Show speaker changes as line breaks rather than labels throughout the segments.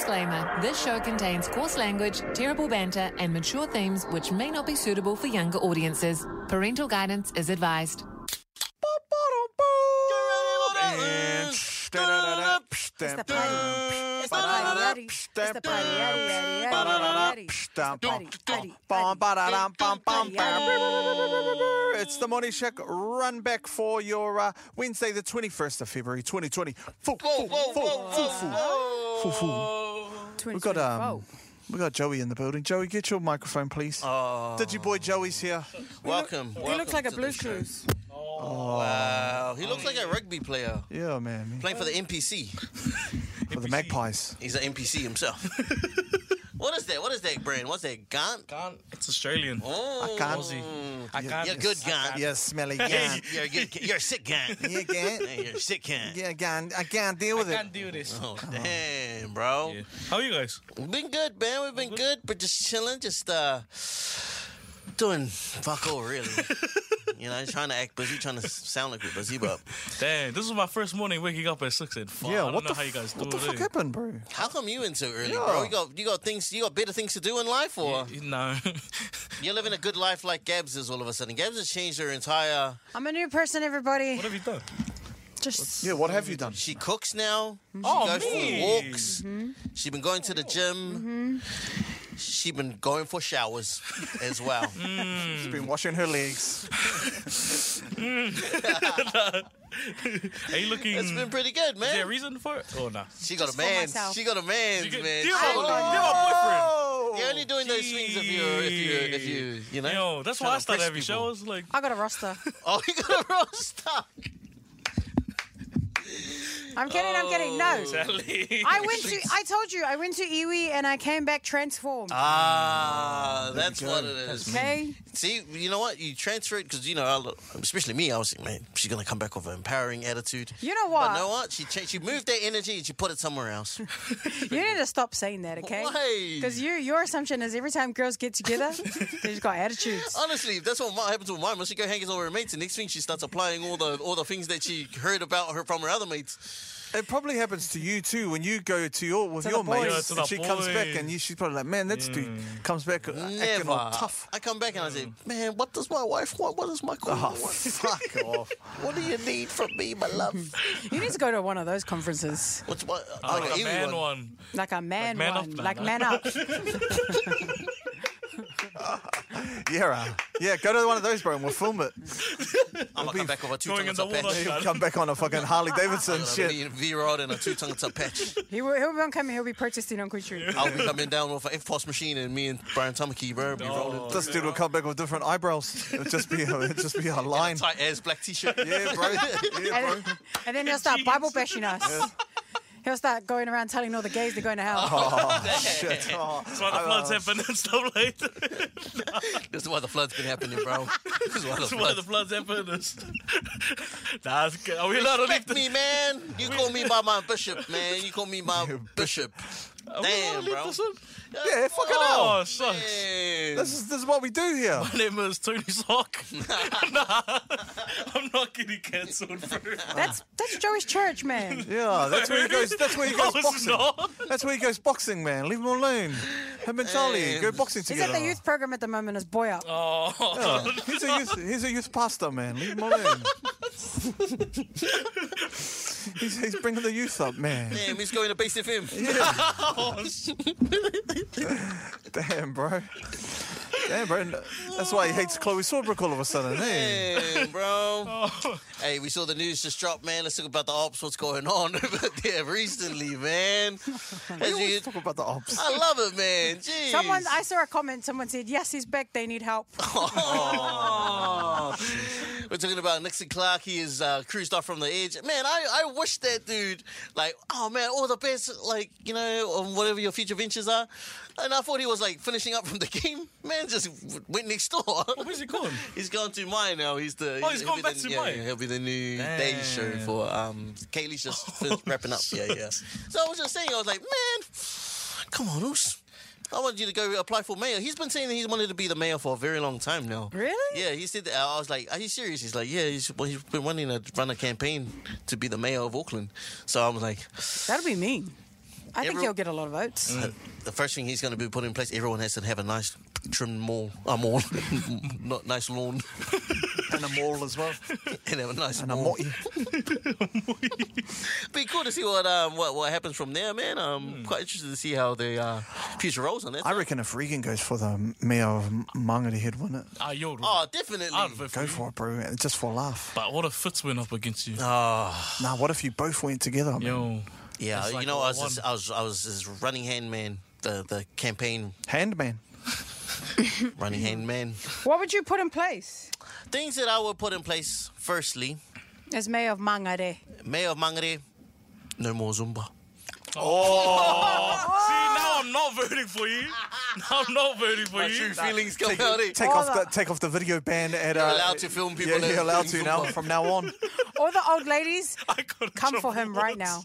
Disclaimer This show contains coarse language, terrible banter, and mature themes which may not be suitable for younger audiences. Parental guidance is advised.
It's the
It's the party, Eddie. It's the party, Eddie, Eddie, Eddie, Eddie, Eddie. It's the party, Eddie,
It's the morning check run back for your uh, Wednesday, the 21st of February 2020. Foo, foo, foo, foo, foo. Foo, foo.
Eddie.
We've got, um, we got Joey in the building. Joey, get your microphone, please. Did you boy Joey's here?
Welcome.
He looks like a Blues
Clues.
Clues.
Wow. He looks like a rugby player
Yeah, man.
playing for the NPC.
For the Magpies.
He's an NPC himself. what is that? What is that brand? What's that? Gant?
Can't. It's Australian.
Oh,
I can't-
I can't.
You're good, Gant.
Yeah, smelly gan.
You're, a good, you're a sick Gant.
Yeah, gan.
Hey, you're a sick Gant.
Yeah, gan. I can't deal with
I
it.
can't do this.
Oh, damn, bro.
Yeah. How are you guys?
We've been good, man. We've been good, but just chilling, just uh, doing fuck all, really. you know, trying to act busy, trying to sound like we're busy, but
Damn, this is my first morning waking up at six and five.
Yeah,
I don't
what
know
the
how you
f-
guys do
What the
it.
fuck
eh?
happened, bro?
how come you in so early,
Yeah.
bro? You got you got things, you got better things to do in life, or
You know,
You're living a good life like Gabs is all of a sudden. Gabs has changed her entire.
I'm a new person, everybody.
what have you done?
Just
Yeah, what have you
Hmm.
done?
She cooks now. She
Oh,
goes
me.
for walks. She's been going to the gym. She's been going for showers as well.
Mm.
She's been washing her legs.
Are you looking?
It's been pretty good,
is there a
man.
reason for it? Oh no.
She got a
for
man.
myself.
She got a man,
You get-
man.
You're my,
She got a-
you're my
Oh.
You're only doing those things if you, if you, if you, you know.
boyfriend. Yo, that's
trying
why I
to
started
impress
having
people.
shows. Like,
I got a roster.
Oh, you got a roster.
I'm kidding. I'm kidding.
Oh,
No.
Sally.
I went to. I told you. I went to Iwi and I came back transformed.
Ah, that's
go.
what it is.
Okay.
See, you know what? You transfer it because you know, I, especially me. I was like, man, she's gonna come back with an empowering attitude.
You know
But
what?
know what? She cha- she moved that energy and she put it somewhere else.
You need to stop saying that, okay?
Why?
Because you, your assumption is every time girls get together, they just got attitudes.
Honestly, if that's what mi- happens with mine. Once she go hanging out with her mates, the next thing she starts applying all the all the things that she heard about her from her other mates.
It probably happens to you too when you go to your with
To the
your
boys.
mates.
Yeah, to
and
the
she comes back
boys. Hmm.
and you, she's probably like, "Man, that's dude comes back uh, acting
Never.
all tough."
I come back and I say, man, what does my wife want? What does my girl
Oh,
want?
fuck off!
What do you need from me, my love?
You need to go to one of those conferences,
What's my
Oh,
like
like
an
a man
Iwi
one.
one.
like a man,
man up,
one,
no,
like
no.
man up.
Yeah, uh, yeah. Go to one of those, bro, and we'll film it.
I'm gonna come back with a two
Going in
tongue
the water.
patch.
You'll come back on a fucking Harley Davidson shit.
V rod and a two tongue patch.
He will, he'll be coming. He'll be protesting on Queen Street.
I'll be coming down with an F-Pos machine and me and Brian Tamaki, bro, be rolling.
This dude will come back with different eyebrows. It'll just be a, it'll just be a line.
Tight ass black t-shirt.
Yeah, bro. Yeah, bro.
And, and then he'll start Bible bashing us. He'll start going around telling all the gays they're going to hell.
Oh shit! Oh,
That's why the floods happen and stuff like that.
This is why the flood's been happening, bro. This is why the
That's why the
flood.
floods happen. It's- nah, it's good. Are we allowed to leave
Respect
this?
me, man. You call me by my bishop, man. You call me my bishop.
Are we allowed
Damn,
to leave
bro.
this in?
yeah, fucking hell.
Oh, sucks.
This
Man.
is this is what we do here.
My name is Tony Sock. nah, I'm not getting cancelled for
That's that's Joey's church, man.
Yeah, that's where he goes. That's where he
No,
goes
it's
boxing.
Oh, not.
That's where he goes boxing, man. Leave him alone. Him and Charlie
Hey.
go boxing
He's
together.
at the youth program at the moment as boy up.
Oh,
He's a youth. He's a youth pastor, man. Leave him alone. he's, he's bringing the youth up, man.
Damn, he's going to Base FM.
Damn, bro. Damn, bro. That's why he hates Chloe Sorbrick all of a sudden. Eh?
Damn, bro.
Oh.
Hey, we saw the news just drop, man. Let's talk about the ops. What's going on over there recently, man? As you,
Talk about the ops.
I love it, man. Jeez.
Someone, I saw a comment. Someone said, "Yes, he's back. They need help."
Oh. We're talking about Nixon Clark. He is uh, cruised off from the edge. Man, I, I wish that dude, like, oh man, all the best, like, you know, on whatever your future ventures are. And I thought he was like finishing up from the game. Man, just w- went next door.
where's he going?
he's gone to mine now. He's the.
Oh, he's
he'll
gone
be
back
the,
to
yeah,
Mine.
He'll be the new day show
Damn. Oh,
for um. Kaylee's just fin- wrapping up. Yeah, yeah. So I was just saying, I was like, man, come on, Oos. I want you to go apply for mayor. He's been saying that he's wanted to be the mayor for a very long time now.
Really?
Yeah, he said that. I was like, "Are you serious?" He's like, "Yeah, he's, well, he's been wanting to run a campaign to be Mm. the mayor of Auckland." So I was like,
That'd be mean. I think
Every-
he'll get a lot of votes.
Hmm.
The first thing he's going to be put in place, everyone has to have a nice trim mall, a mall, not nice lawn,
And a mall as well.
and have a nice
And a
mall.
mall.
Be cool to see what um what, what happens from there, man. I'm quite interested to see how the uh, future rolls on that.
I reckon if Regan goes for the mayor of Mangere, he'd win it.
Ah, you're
oh, definitely.
I'd vote
Go
you.
for it, bro. Just for a laugh.
But what if Fitz went up against you?
Nah, what if you both went together? man?
Yo.
yeah,
That's
you
like
know, I
all
was, just,
one.
I was I was his running hand man, the the campaign
Handman.
running hand man.
What would you put in place
Things that I would put in place. Firstly,
as mayor of Mangare?
mayor of Mangere, no more Zumba.
See, now I'm not voting for you. Now I'm not voting for
My
you.
true feelings come out. eh?
Take
All
off the
the-
take off the video ban at. Uh,
allowed to film people
Yeah,
that
you're
are
allowed to
doing
now.
football.
From now on,
All the old ladies,
I got in
come
trouble
for him right now.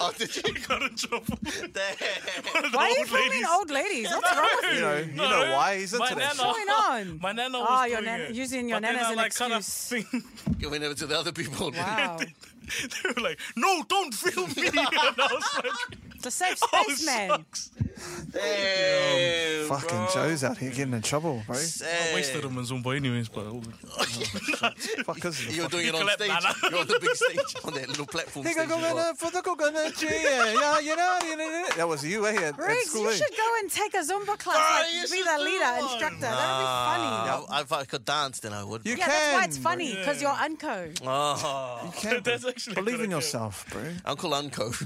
once.
Oh, did you?
I got in trouble.
Damn.
with
Why are you
old
calling
ladies.
old ladies? What's wrong with
you know, you know why he's
My
into that.
nana-
shit.
What's going on?
My nana was
Oh, your
doing
nana-
it.
using your
But then
nana as
I,
an
like, kinda
excuse.
think-
You went over to the other people.
Wow.
they were like, "No, don't film me." and I was like,
It's a safe
"Oh,
space, man.
shucks."
Damn,
Fucking
bro.
Joe's out here getting in trouble, bro.
I wasted him in Zumba anyways, but
Fuck is
You're doing it on
Nicolette
stage.
Nana.
You're on the big stage on that little platform stage. as well.
That was you, eh? At, at
Riggs,
school,
you
eh?
should go and take a Zumba class,
Ah, you
like, be
should
the
do
leader,
one.
instructor. That'd be funny.
I- If I could dance, then I would.
You
Yeah, that's why it's
can, bro.
funny because you're unco.
Oh,
You can, bro.
That's actually a
Believe
good
in
idea.
yourself, bro.
Uncle Unco.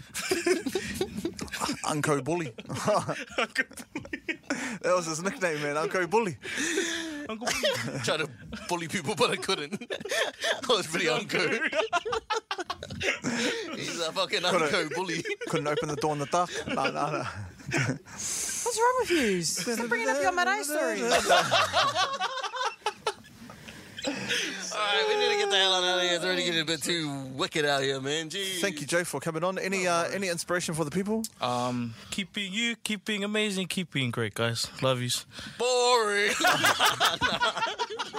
Unco Bully. that was his nickname, man. Unco Bully.
Uncle
Trying to bully people, but I couldn't. I was pretty Unco. He's a fucking Unco bully.
Couldn't open the door in the dark. No, no, no.
What's wrong with you? Stop bringing up your Marae story.
All right, we need to get the hell out of here. It's already getting a bit too wicked out here, man. Jeez.
Thank you, Joe, for coming on. Any uh, any inspiration for the people?
Um, keep being you, keep being amazing, keep being great, guys. Love yous.
Boring.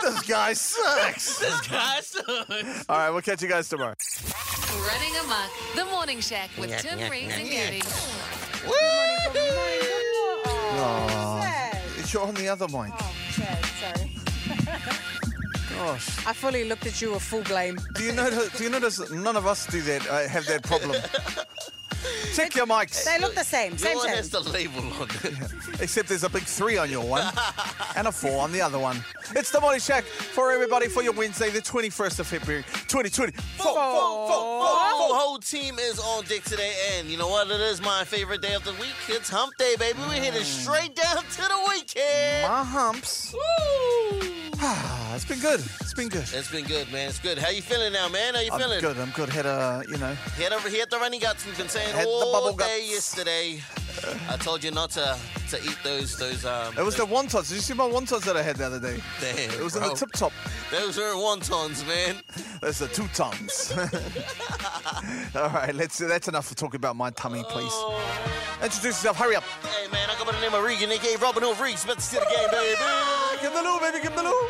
This guy sucks.
Guys.
All right, we'll catch you guys tomorrow.
Running amok, the morning shack with Tim Reeves and Gabby.
Oh, sad.
You're on the other mic.
Oh, sad, sorry.
Gosh.
I fully looked at you with full blame.
Do you notice? Do you notice that none of us do that? Uh, have that problem. Check your mics.
They look the same,
Your
same,
one
same.
has the label on it.
Except there's a big three on your one and a four on the other one. It's the Morning Shack for everybody for your Wednesday, the 21st of February, 2020. Four, four, four, four.
The whole team is on deck today, and you know what? It is my favorite day of the week. It's hump day, baby. We're heading straight down to the weekend.
My humps. Ah, it's been good. It's been good.
It's been good, man. It's good. How you feeling now, man? How you
I'm
feeling?
good. I'm good. Had a, you know,
Hit over hit the running guts. We've been saying
Had the
all
bubble
day
guts.
yesterday. I told you not to to eat those those um.
it was the wontons. Did you see my wontons that I had the other day?
Damn,
It was in
bro.
the tip top.
Those are wontons, man.
That's the two tons. All right, let's. That's enough for talking about my tummy, please.
Oh.
Introduce yourself. Hurry up.
Hey, man, I go by the name of Regan, aka Robin Hood Reeks. About to see the game, baby.
Give the loo, baby. Give the loo.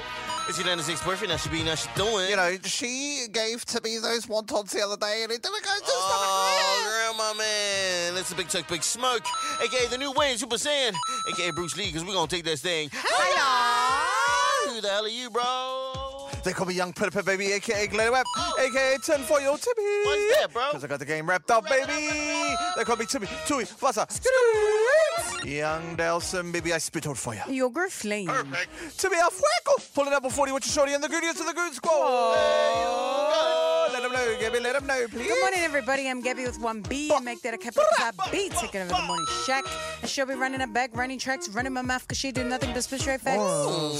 It's your 96 boyfriend. Now she be, now she doing.
You know, she gave to me those wontons the other day, and it didn't go to stomach.
Oh, grandma man, it's a big tuck, big smoke, aka the new Wayne Super Saiyan, aka Bruce Lee, because we're gonna take this thing. Hello! Who the hell are you, bro?
They call me Young Pipper, baby, aka Glenn Webb, aka Tin for your Timmy.
Oh. What's that, bro?
Because I got the game wrapped up,
Wrap it up,
baby.
wrap it up.
They call me Timmy, Tui, Vasa. Young Delson, baby, I spit out for you.
You're griffling.
Timmy Alfueco, pulling up a 40 with your shorty and the goodies of the good squad. Let them know, Gabby, let them know, please.
Good morning, everybody. I'm Gabby with one B, and make that a capital because I be taking over the morning shack. And she'll be running her back, running tracks, running my mouth because she do nothing but spit straight facts.
Oh.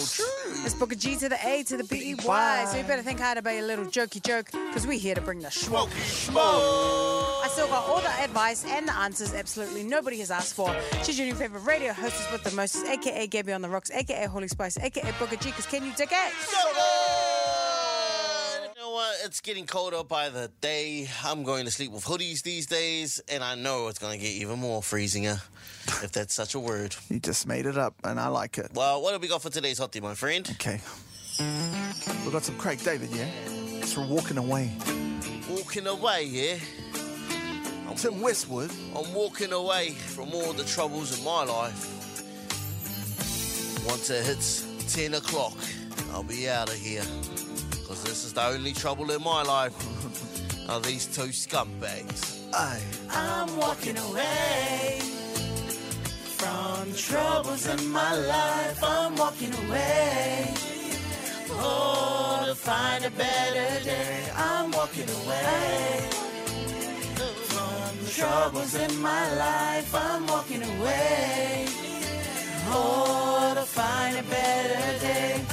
It's Booker G to the A to the B E Y. So you better think hard about your little jokey joke because we're here to bring the schmuck. I still got all the advice and the answers absolutely nobody has asked for. She's your new favorite radio hostess with the most, aka Gabby on the Rocks, aka Holy Spice, aka Booker G. Because can you dig it?
So good! You know what? It's getting colder by the day. I'm going to sleep with hoodies these days, and I know it's gonna get even more freezinger, if that's such a word.
You just made it up, and I like it.
Well, what have we got for today's hottie, my friend?
Okay. We got some Craig David, yeah? It's for walking away.
Walking away, yeah? I
Tim Westwood.
I'm walking away from all the troubles of my life. Once it hits 10 o'clock, I'll be out of here. Because this is the only trouble in my life are these two scumbags.
Aye.
I'm walking away from troubles in my life. I'm walking away. Oh, to find a better day. I'm walking away from troubles in my life. I'm walking away. Oh, to find a better day.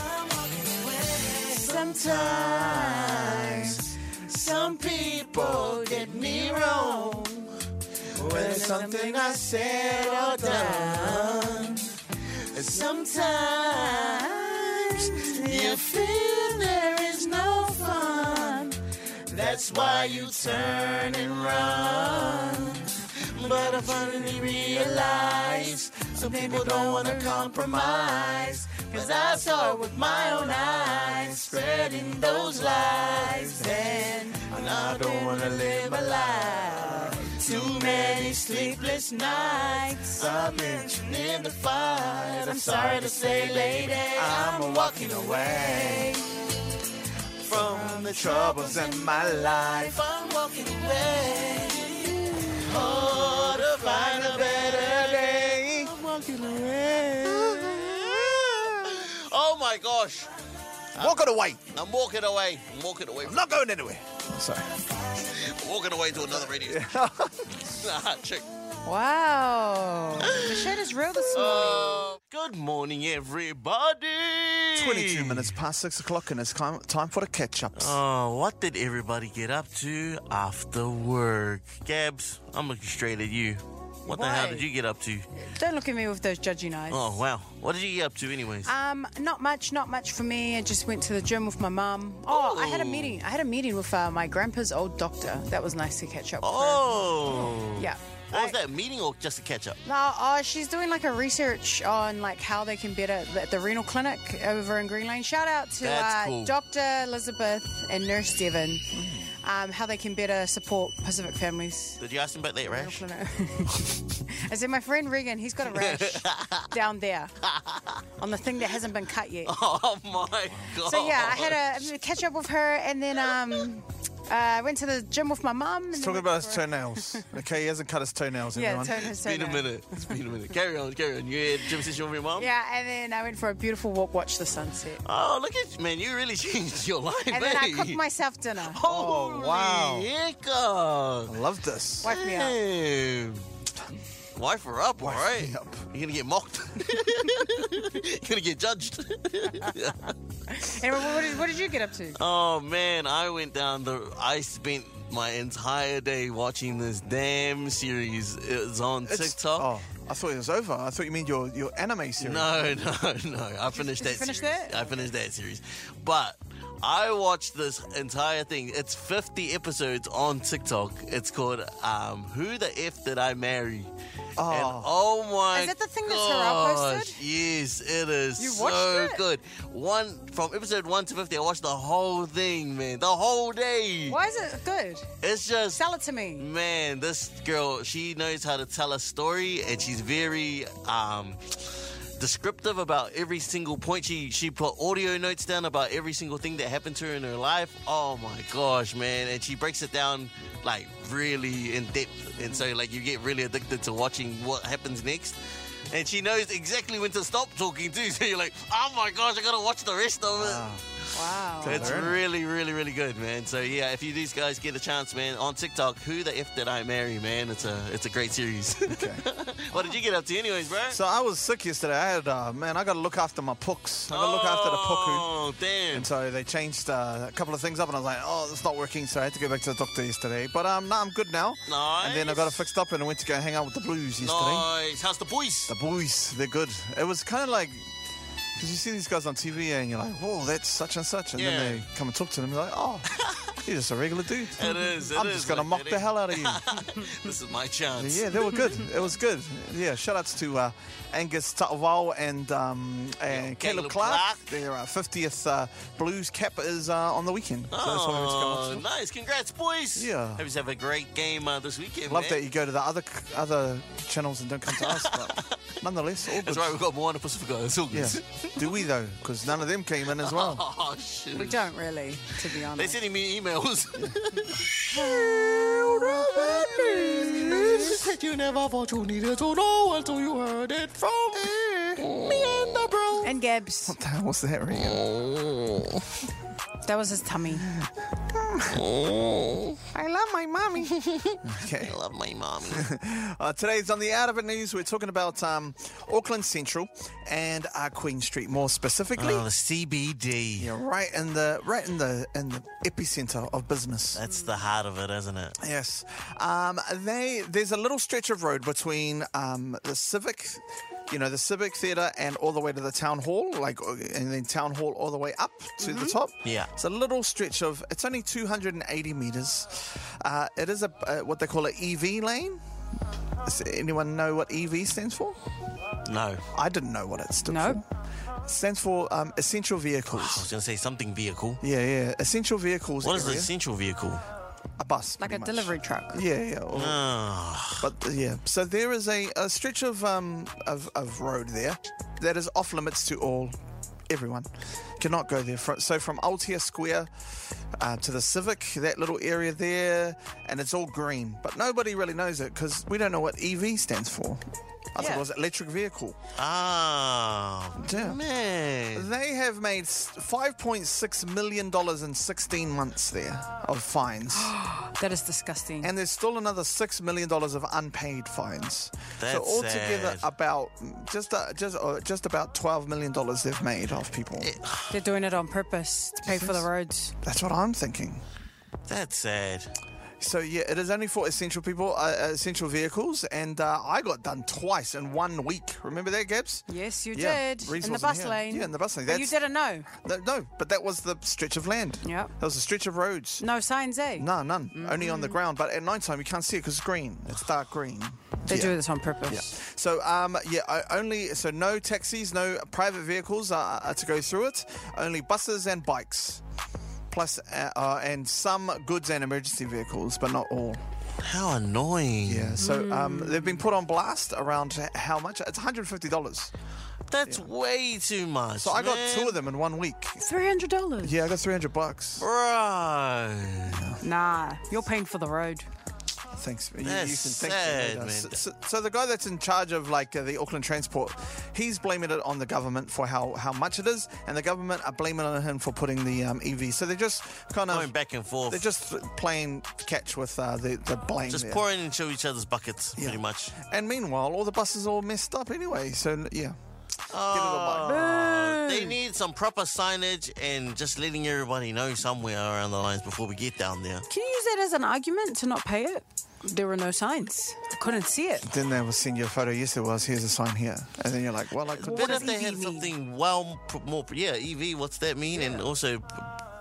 Sometimes some people did me wrong. When something I said or done, sometimes you feel there is no fun. That's why you turn and run. But I finally realized some people don't want to compromise. Cause I saw it with my own eyes, spreading those lies. And I don't want to live my life. Too many sleepless nights. I've been in the fight. I'm sorry to say, lady, I'm walking away from the troubles in my life. I'm walking away. Oh, to find a better day. I'm walking away. Oh my gosh.
Walking away.
I'm walking away. I'm walking away.
Not going anywhere. Sorry.
I'm walking away to another radio. nah, check.
Wow. The shit is real this morning.
Uh, good morning, everybody.
22 minutes past 6 o'clock, and it's time, time for the catch ups.
Oh, what did everybody get up to after work? Gabs, I'm looking straight at you. What the hell
Why?
did you get up to?
Don't look at me with those judgy eyes.
Oh, wow. What did you get up to, anyways?
Um, not much, not much for me. I just went to the gym with my mum. Oh, I had a meeting. I had a meeting with uh, my grandpa's old doctor. That was nice to catch up. with her.
oh.
yeah.
What was
I-
that meeting or just a catch up?
No, uh, she's doing like a research on like how they can better the, the renal clinic over in Green Lane. Shout out to
That's
uh,
cool.
Dr. Elizabeth and Nurse Devon,
Hmm.
um, how they can better support Pacific families.
Did you ask him about that rash?
I don't know. I said, my friend Regan, he's got a rash down there on the thing that hasn't been cut yet.
Oh my god.
So yeah, I had a catch up with her, and then um, uh, I went to the gym with my mum. and then
Talking
went
about his
for a-
toenails. Okay, he hasn't cut his toenails,
yeah,
everyone.
turn
It's
his
been a
toenail.
minute. It's been a minute. Carry on, carry on. You had a gym session with your mum?
Yeah, and then I went for a beautiful walk, watched the sunset,
Oh, look at you, man. You really changed your life,
and then I cooked myself dinner.
Oh,
wow.
Heck uh,
I love this.
Wipe me up.
Wife her up, all
Wife
right?
me up.
You're gonna get mocked. You're gonna get judged.
And what did, what did you get up to?
Oh man, I went down the. I spent my entire day watching this damn series. It's on
It's-
TikTok.
Oh, I thought it was over. I thought you mean your, your anime series.
No, no, no. I finished
did
that
you finish
series.
that?
I finished that series. But I watched this entire thing. It's 50 episodes on TikTok. It's called um, Who the F Did I Marry?
Oh.
And oh my
Is that the thing that Sarah
gosh,
posted?
Yes, it is.
You
so
watched it?
good. One from episode 1 to 50, I watched the whole thing, man. The whole day.
Why is it good?
It's just
Sell it to me.
Man, this girl, she knows how to tell a story, and she's very um, descriptive about every single point. She she put audio notes down about every single thing that happened to her in her life. Oh my gosh, man! And she breaks it down like really in depth, and so like you get really addicted to watching what happens next. And she knows exactly when to stop talking too. So you're like, oh my gosh, I gotta watch the rest of it.
Ah.
Wow.
It's
learn.
really, really, really good, man. So yeah, if you these guys get a chance, man, on TikTok, who the f did I marry, man? It's a it's a great series. what did you get up to, anyways, bro?
So I was sick yesterday. I had, uh, man, I got to look after my pooks. I got to look after the puku.
Oh damn!
And so they changed uh, a couple of things up, and I was like, oh, it's not working. So I had to go back to the doctor yesterday. But um, no, I'm good now.
Nice.
And then I got it fixed up, and I went to go hang out with the blues yesterday.
nice. How's the boys?
The boys, they're good. It was kind of like because you see these guys on TV and you're like, whoa, that's such and such, and
Yeah.
then they come and talk to them. You're like, oh, You're just a regular dude.
It is, it
I'm
is,
just gonna
mate,
mock
it
the
is.
hell out of you.
This is my chance.
yeah, they were good. It was good. Yeah, shout outs to uh, Angus Tutwal and um, and
Yeah,
Caleb
Caleb
Clark.
Clark.
Their uh, 50th uh, Blues cap is uh, on the weekend. So that's what we're just gonna watch.
Oh, nice. Congrats, boys.
Yeah.
Hope you have a great game uh, this weekend.
Love
man.
that you go to the other c- other channels and don't come to us, but nonetheless, all good.
That's right, we've got more on the Pacific Islands. It's all
Yeah.
good.
Do we though? Because none of them came in as well.
Oh, shoot.
We don't really, to be
They're
honest.
sending me emails. you never thought you needed to know until you heard it from me and the bro.
And Gabs,
Eh. What's that ringing?
that was his tummy.
I love my mommy. okay.
I love my mommy.
Uh, today's on the Out of It News, we're talking about um, Auckland Central and uh, Queen Street more specifically.
the CBD.
yeah, right in the right in the in the epicenter of business.
That's the heart of it, isn't it?
Yes, um, they there's a little stretch of road between um, the civic, you know, the civic theatre and all the way to the town hall, like uh, and then town hall all the way up to the top.
Mm-hmm. Yeah.
it's a little stretch of it's only 280 meters. Uh, it is a uh, what they call an EV lane. Does anyone know what EV stands for?
No.
I didn't know what it stood
No.
for. It stands for um,
I
essential
was
vehicles.
going to say something vehicle.
Yeah, yeah, essential vehicles.
What is the
area.
essential vehicle?
A bus,
Like a
pretty much.
delivery truck.
Yeah, yeah. or-
Ah,
But uh, yeah, so there is a, a stretch of um of, of road there that is off limits to all, everyone, cannot go there. Fro- So from Altia Square uh, to the Civic, that little area there, and it's all green, but nobody really knows it because we don't know what EV stands for. I think
Yeah.
it was electric vehicle.
Oh,
Yeah.
man.
They have made s- $5.6 million in 16 months there of fines.
That is disgusting.
and there's still another six million dollars of unpaid fines.
That's
so altogether,
sad.
about just uh, just uh, just about twelve million dollars they've made off people.
Eh.
They're doing it on purpose to pay for the roads.
That's what I'm thinking.
That's sad.
So yeah, it is only for essential people, uh, uh, essential vehicles, and uh, I got done twice in one week. Remember that, Gibbs?
Yes, you
Yeah,
did.
Reese
In the
wasn't
bus
here.
lane.
Yeah, in the bus lane.
But you
That's-
didn't know.
No, no, but that was the stretch of land.
Yep.
that was a stretch of roads.
No signs, eh?
No, none. Only on the ground. But at night time, you can't see it because it's green. It's dark green.
They
Yeah.
do this on
Yeah.
purpose.
So um, yeah, o- only so no taxis, no private vehicles are, are to go through it. Only buses and bikes, plus uh, uh, and some goods and emergency vehicles, but not all.
How annoying.
Yeah. So um, they've been put on blast around h- how much? It's 150 dollars.
That's way too much.
So I got
man.
two of them in one week.
Three hundred dollars.
Yeah, I got 300 bucks.
Bro.
Nah, you're paying for the road.
Thanks. You, you
That's
can thank me
sad,
later.
man.
So, so- so the guy that's in charge of like uh, the Auckland Transport, he's blaming it on the government for how, how much it is, and the government are blaming it on him for putting the um, EV. So they're just kind of
Going back and forth.
They're just playing catch with uh, the the blame.
Just
there.
pouring into each other's buckets,
Yeah.
pretty much.
And meanwhile, all the buses are all messed up anyway. So yeah. Mm.
Oh, they need some proper signage and just letting everybody know somewhere around the lines before we get down there.
Can you use that as an argument to not pay it? There were no signs. I couldn't see it.
Then they will send you a photo. Yes, there was. Here's a sign here, and then you're like, well, I could.
But
does
if they
EV
had
mean?
something well pr- more, pr- yeah, EV. What's that mean? And also p-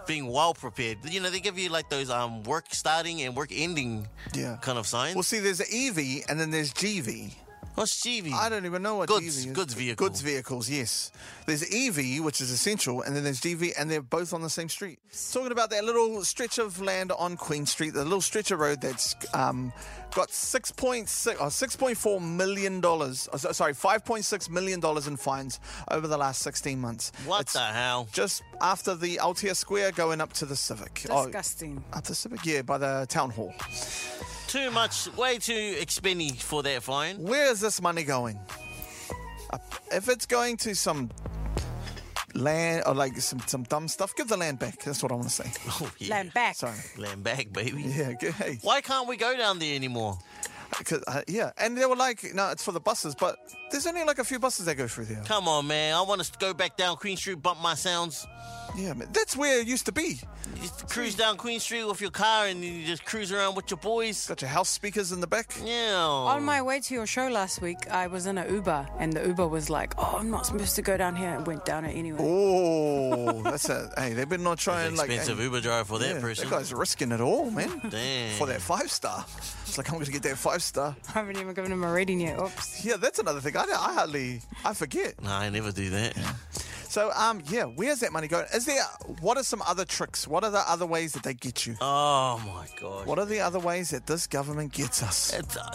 being well prepared. You know, they give you like those um work starting and work ending
Yeah.
kind of signs.
Well, see, there's an EV and then there's GV.
What's GV?
I don't even know what
Goods-
GV is.
goods vehicle.
Goods vehicles, yes. There's EV, which is essential, and then there's GV, and they're both on the same street. Talking about that little stretch of land on Queen Street, the little stretch of road that's um, got 6.6 or 6.4 million dollars, oh, so- sorry, 5.6 million dollars in fines over the last 16 months.
What
It's
the hell?
Just after the Altia Square, going up to the Civic. Oh,
Disgusting.
up to Civic, yeah, by the town hall.
Too much, way too expendy for that fine.
Where is this money going? Uh, If it's going to some land or like some, some dumb stuff, give the land back. That's what I want to say.
Oh, yeah.
Land back.
Sorry.
Land back, baby.
Yeah, g- hey.
Why can't we go down there anymore?
'Cause, uh, yeah, and they were like, no, it's for the buses, but there's only like a few buses that go through there.
Come on, man. I want to go back down Queen Street, bump my sounds.
Yeah, man, that's where it used to be.
Just cruise down Queen Street with your car and you just cruise around with your boys.
Got your house speakers in the back.
Yeah.
On my way to your show last week, I was in an Uber, and the Uber was like, "Oh, I'm not supposed to go down here," and went down it anyway.
Oh, that's a hey. They better not try and like
Expensive
hey,
Uber driver for that
yeah,
person.
That guy's risking it all, man.
Damn.
For that five star, it's like I'm gonna get that five star.
I haven't even given him a rating yet. Oops.
Yeah, that's another thing. I, I hardly I forget.
Nah, I never do that.
So um, yeah, where's that money going? Is there? What are some other tricks? What are the other ways that they get you?
Oh my god.
What are the other ways that this government gets us?
It's, uh,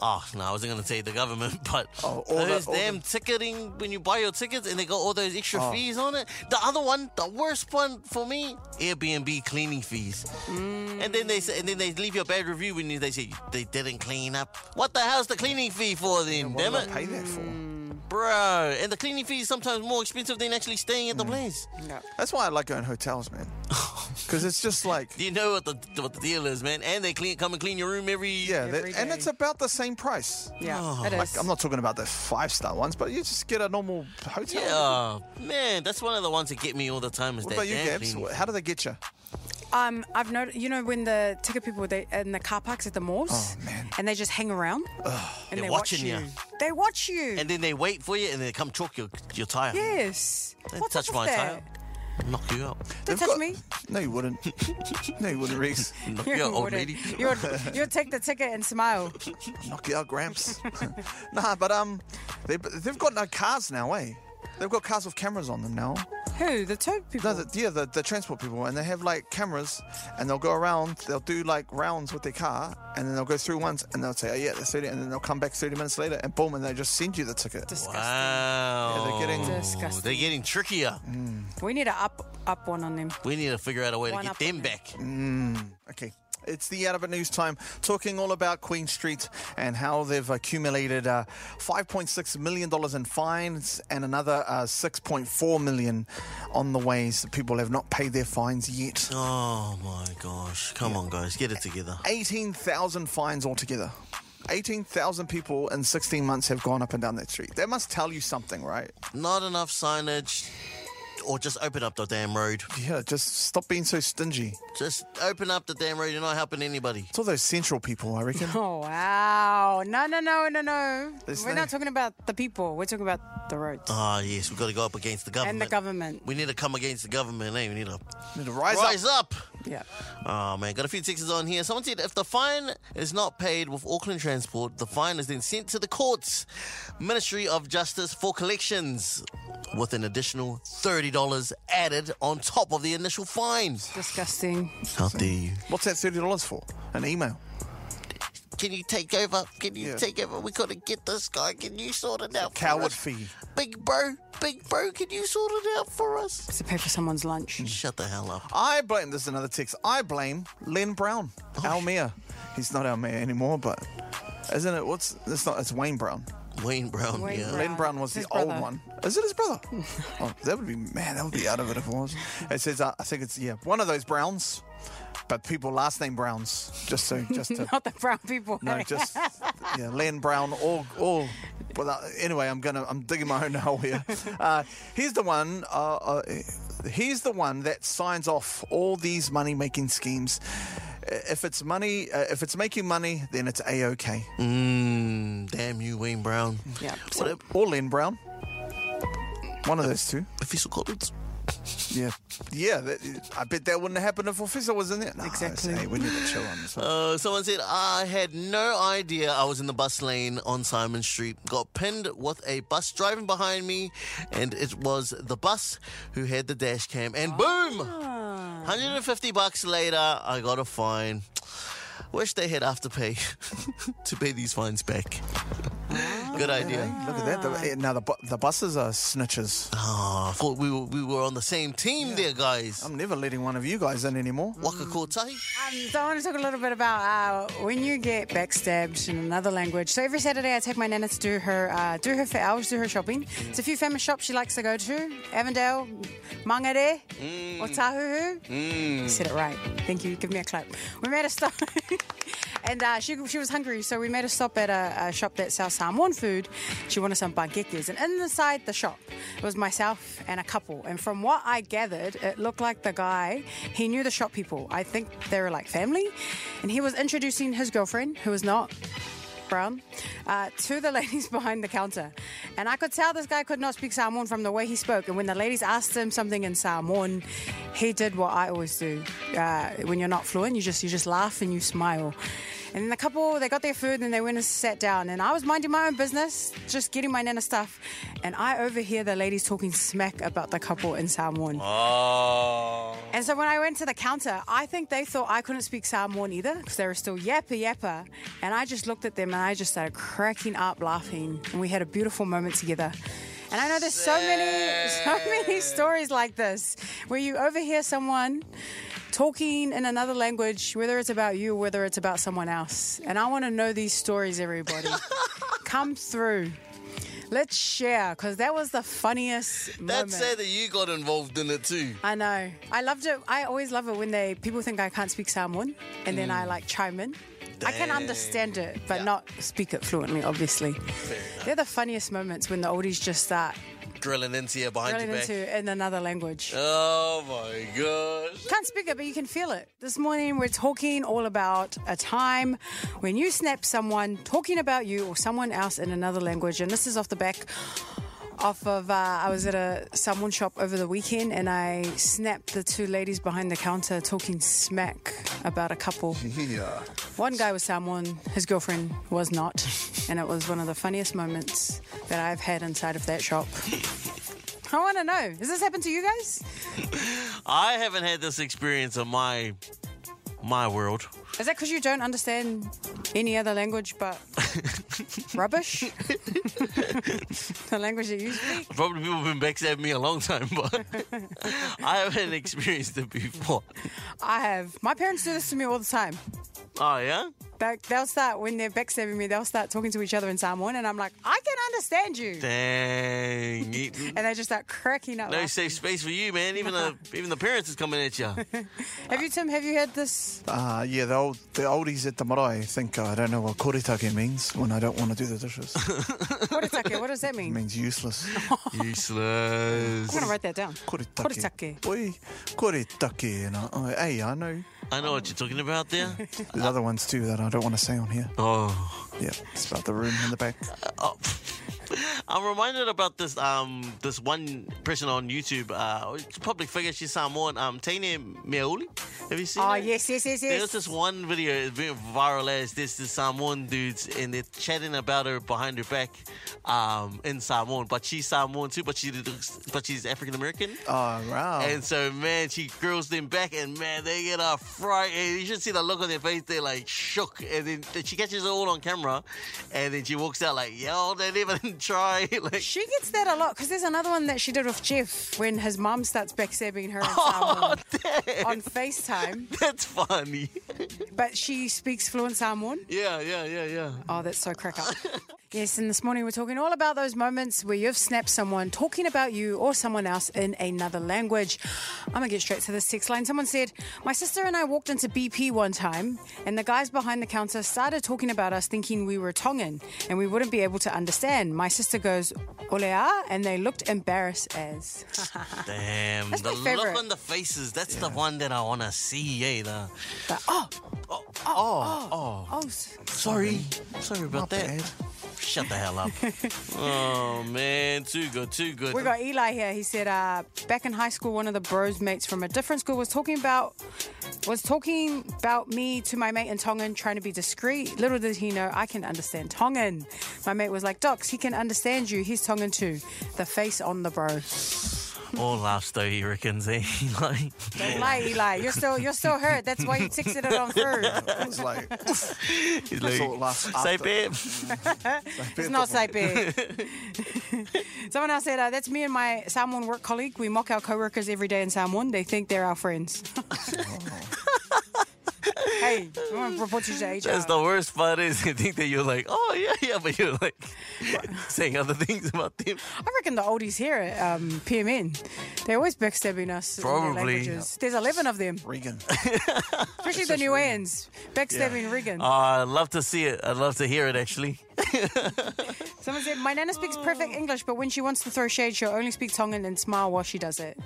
oh no, I wasn't gonna say the government, but
Oh, all the-
those
all the-
damn ticketing when you buy your tickets and they got all those extra
Oh.
fees on it. The other one, the worst one for me, Airbnb cleaning fees.
Mm.
And then they say, and then they leave you a bad review when you, they say they didn't clean up. What the hell's the cleaning fee for them?
What
damn
do
it,
I pay that for?
bro! And the cleaning fee is sometimes more expensive than actually staying
Mm.
at the place.
No.
That's why I like going to hotels, man. Because it's just like
Do you know what the what the deal is, man? And they clean come and clean your room every
yeah, that,
Every
and
day.
it's about the same price.
Yeah,
Oh.
it
Like
is.
I'm not talking about the five star ones, but you just get a normal hotel.
Yeah, man, that's one of the ones that get me all the time. Is that
What about you,
damn
Gabs?
cleaning
Wh- How do they get you?
Um, I've noticed, you know, when the ticket people they in the car parks at the malls,
Oh, man.
and they just hang around and
They're
they watch
watching
you.
you.
They watch you.
and then they wait for you, and they come chalk your your tire.
yes.
Don't
What's
touch
up
my
with that?
tire. Knock you out.
Don't
They've
touch
got-
me.
No, you wouldn't. no, you wouldn't, Reese.
Knock you out, old
wouldn't.
lady.
You would, you would take the ticket and smile.
Knock you out, Gramps. nah, but um, they they've got no cars now, eh? They've got cars with cameras on them now.
Who? The toad people.
No, the, yeah, the, the transport people, and they have like cameras, and they'll go around. They'll do like rounds with their car, and then they'll go through once, and they'll say, "Oh yeah, that's 30, and then they'll come back thirty minutes later, and boom, and they just send you the ticket.
Disgusting.
Wow.
Yeah, they're getting-
Disgusting.
They're getting trickier.
We need to up up one on them.
We need to figure out a way to
One
get
up on
them
them.
back.
Okay. It's the Out of It News time, talking all about Queen Street and how they've accumulated uh, $5.6 million in fines and another uh, $6.4 million on the ways that people have not paid their fines yet.
Oh my gosh. Come on, guys. Get it together.
18,000 fines altogether. 18,000 people in 16 months have gone up and down that street. That must tell you something, right?
Not enough signage. Or just open up the damn road.
Yeah, just stop being so stingy.
Just open up the damn road. You're not helping anybody.
It's all those central people, I reckon.
Oh wow! No, no, no, no, no.
There's
We're
no-
not talking about the people. We're talking about the roads
Ah, yes. We've got to go up against the government.
and the government.
We need to come against the government, eh? We need to
Need to rise,
rise
up.
up.
Yeah.
Oh man, got a few texts on here. Someone said if the fine is not paid with Auckland Transport, the fine is then sent to the courts, Ministry of Justice for collections, with an additional thirty dollars added on top of the initial fine.
Disgusting.
How dare you?
What's that $30 for? An email.
Can you take over? Can you
Yeah.
take over? We gotta get this guy. Can you sort it out? for
Coward
us?
fee.
big bro, big bro. Can you sort it out for us?
To pay for someone's lunch.
Shut the hell up.
I blame, this is another text, I blame Len Brown, our mayor. He's not our mayor anymore, but isn't it? What's, it's not, it's Wayne Brown.
Wayne Brown.
Wayne
yeah.
Brown.
Len Brown was
His
the old
brother.
one. Is it his brother? oh, that would be, man, that would be out of it if it was. It says, uh, I think it's, yeah, one of those Browns, but people last name Browns, just so, just to.
Not the brown people.
No, just yeah, Len Brown. All, all. Well, anyway, I'm gonna, I'm digging my own hole here. Uh, he's the one. Uh, uh, he's the one that signs off all these money-making schemes. If it's money, uh, if it's making money, then it's a okay.
Mm, damn you, Wayne Brown.
Yeah.
What
So,
up,
Or Len Brown. One of those two.
Professor Collins?
Yeah, yeah. That, I bet that wouldn't have happened if Professor was in there. No,
Exactly.
Hey, we need to chill on this. one.
Uh, someone said, I had no idea I was in the bus lane on Simon Street. Got pinned with a bus driving behind me, and it was the bus who had the dash cam. And boom! 150 bucks later, I got a fine. Wish they had afterpay to pay these fines back. Good idea.
Look at that. The, eh, now the bu- the buses are snitches.
Oh, I thought we were, we were on the same team there, guys.
I'm never letting one of you guys in anymore.
Waka kotahi.
um, so I want to talk a little bit about uh, when you get backstabbed in another language. So every Saturday, I take my nana to do her uh, do her fair hours, do her shopping. It's a few famous shops she likes to go to: Avondale, Mangere, Otahuhu. Said it right. Thank you. Give me a clap. We made a stop. And uh, she, she was hungry, so we made a stop at a, a shop that sells Samoan food. She wanted some bangettes. And inside the shop, it was myself and a couple. And from what I gathered, it looked like the guy, he knew the shop people. I think they were like family. And he was introducing his girlfriend, who was not brown, uh, to the ladies behind the counter. And I could tell this guy could not speak Samoan from the way he spoke. And when the ladies asked him something in Samoan, he did what I always do. Uh, when you're not fluent, you just you just laugh and you smile. And then the couple, they got their food and they went and sat down. And I was minding my own business, just getting my nana stuff. And I overhear the ladies talking smack about the couple in Samoan.
Oh.
And so when I went to the counter, I think they thought I couldn't speak Samoan either because they were still yappa yappa. And I just looked at them and I just started cracking up laughing. And we had a beautiful moment together. And I know there's so many, so many stories like this where you overhear someone talking in another language, whether it's about you, whether it's about someone else. And I want to know these stories, everybody. Come through. Let's share because that was the funniest moment.
That's sad that you got involved in it too.
I know. I loved it. I always love it when they people think I can't speak Samoan, and then I like chime in. I can
Dang.
understand it, but
Mm. Yeah.
not speak it fluently. Obviously, they're the funniest moments when the oldies just start
Drilling into you behind
running
your back.
into in another language.
Oh my gosh.
Can't speak it, but you can feel it. This morning, we're talking all about a time when you snap someone talking about you or someone else in another language. And this is off the back off of, uh, I was at a someone shop over the weekend and I snapped the two ladies behind the counter talking smack about a couple.
Yeah.
One guy was someone, his girlfriend was not. And it was one of the funniest moments that I've had inside of that shop. I want to know, has this happened to you guys?
I haven't had this experience in my my world.
Is that because you don't understand any other language but rubbish? the language that you speak?
Probably people have been backstabbing me a long time, but I haven't experienced it before.
I have. My parents do this to me all the time.
Oh yeah?
They, they'll start, when they're backstabbing me, they'll start talking to each other in Samoan, and I'm like, I can understand you.
Dang. You-
And they just start cracking up.
No
laughing.
safe space for you, man. Even the even the parents is coming at you.
have you, Tim, have you had this?
Uh, yeah, the, old, the oldies at the marae think uh, I don't know what koritake means when I don't want to do the dishes. it
Koritake, what does that mean?
means useless.
I'm going to
Useless.
write that down.
Koritake.
Koritake.
Oi, koritake. And I, I, hey, I know.
I know what you're talking about there.
There's other ones too that I don't want to say on here.
Oh.
Yeah, it's about the room in the back.
Oh. I'm reminded about this um this one person on YouTube, uh it's a public figure, she's Samoan, um Tane Meoli. Have you seen
Oh,
her?
yes, yes, yes,
There was
yes.
this one video, it went viral as this this Samoan dudes and they're chatting about her behind her back um in Samoan. But she's Samoan too, but she looks but she's African American.
Oh, wow.
And so, man, she grills them back, and man, they get a fright. And you should see the look on their face; they're like shook. And then, then she catches it all on camera, and then she walks out like, "Yo, they didn't even try." like,
She gets that a lot because there's another one that she did with Jeff when his mom starts backstabbing her in
oh,
Samoan
damn,
on FaceTime,
that's funny.
but she speaks fluent Samoan.
yeah, yeah, yeah, yeah.
Oh, that's so crack up. yes, and this morning we're talking all about those moments where you've snapped someone talking about you or someone else in another language. I'm gonna get straight to this text line. Someone said, My sister and I walked into BP one time, and the guys behind the counter started talking about us thinking we were Tongan and we wouldn't be able to understand. My sister goes, Olea, and they looked embarrassed as.
Damn,
That's
the
my favorite.
look on the faces—that's the one that I want to see. Eh? The,
But, oh,
oh, oh, oh,
oh, s-
sorry, sorry
Not
about that.
bad.
Shut the hell up. oh man, too good, too good.
We got Eli here. He said, uh, back in high school, one of the bros mates from a different school was talking about was talking about me to my mate in Tongan, trying to be discreet. Little did he know I can understand Tongan. My mate was like, Docs, he can understand you. He's Tongan too. The face on the bro.
All laughs though, he reckons. Eh? like,
Don't lie, Eli. You're still you're still hurt. That's why you texted it on through.
It was like,
He's
like, all laughs
Say
after.
babe.
It's not Saipe. Someone else said, uh, that's me and my Samoan work colleague. We mock our coworkers every day in Samoan. They think they're our friends. Hey, I'm gonna report you to HR.
That's the worst part is you think that you're like, oh yeah, yeah, but you're like saying other things about them.
I reckon the oldies here at um, PMN, they're always backstabbing us. in their
Probably.
languages. There's 11 of them,
Regan.
especially the New Ends. Backstabbing Regan.
Oh, I'd love to see it. I'd love to hear it actually.
Someone said, My nana speaks perfect English, but when she wants to throw shade, she'll only speak Tongan and smile while she does it.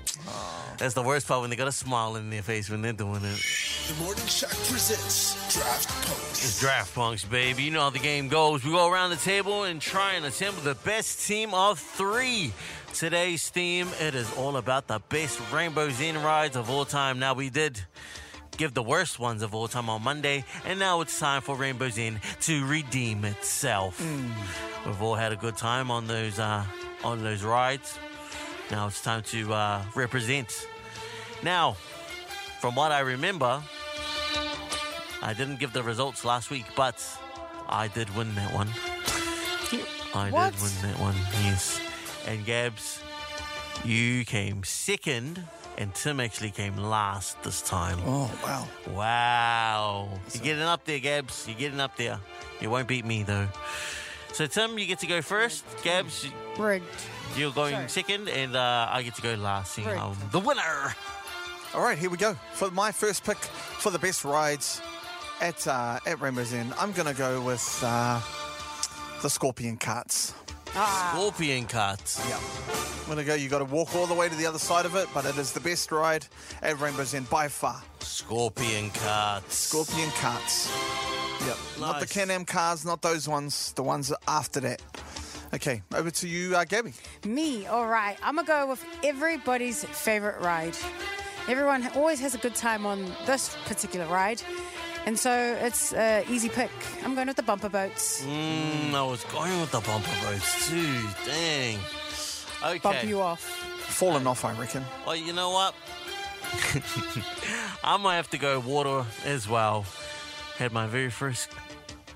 That's the worst part when they got a smile in their face when they're doing it.
The Morning Check presents Draft
It's
Punks.
draft punks, baby. You know how the game goes. We go around the table and try and assemble the best team of three. Today's theme, it is all about the best Rainbow Zen rides of all time. Now we did give the worst ones of all time on Monday, and now it's time for Rainbow Zen to redeem itself. We've all had a good time on those uh, on those rides. Now it's time to uh, represent. Now, from what I remember, I didn't give the results last week, but I did win that one. I
What?
did win that one, yes. And Gabs, you came second, and Tim actually came last this time.
Oh, wow.
Wow. You're getting up there, Gabs. You're getting up there. You won't beat me, though. So, Tim, you get to go first. Gabs, you-
Rigged.
you're going
Sorry.
second, and uh, I get to go last. Seeing
Right.
I'm the winner.
All right, here we go. For my first pick for the best rides at uh, at Rainbow's End, I'm going to go with uh, the Scorpion Carts.
Scorpion cards.
Yeah. I'm going to go, you got to walk all the way to the other side of it, but it is the best ride at Rainbow's End by far.
Scorpion cards.
Scorpion Carts. Yep. Not the
Nice.
Can Am cars, not those ones, the ones after that. Okay, over to you, uh, Gabby.
Me, all right. I'm gonna go with everybody's favorite ride. Everyone ha- always has a good time on this particular ride. And so it's an easy pick. I'm going with the bumper boats.
Mm, I was going with the bumper boats too. Dang. Okay.
Bump you off.
Fallen off, I reckon.
Well, you know what? I might have to go water as well. Had my very first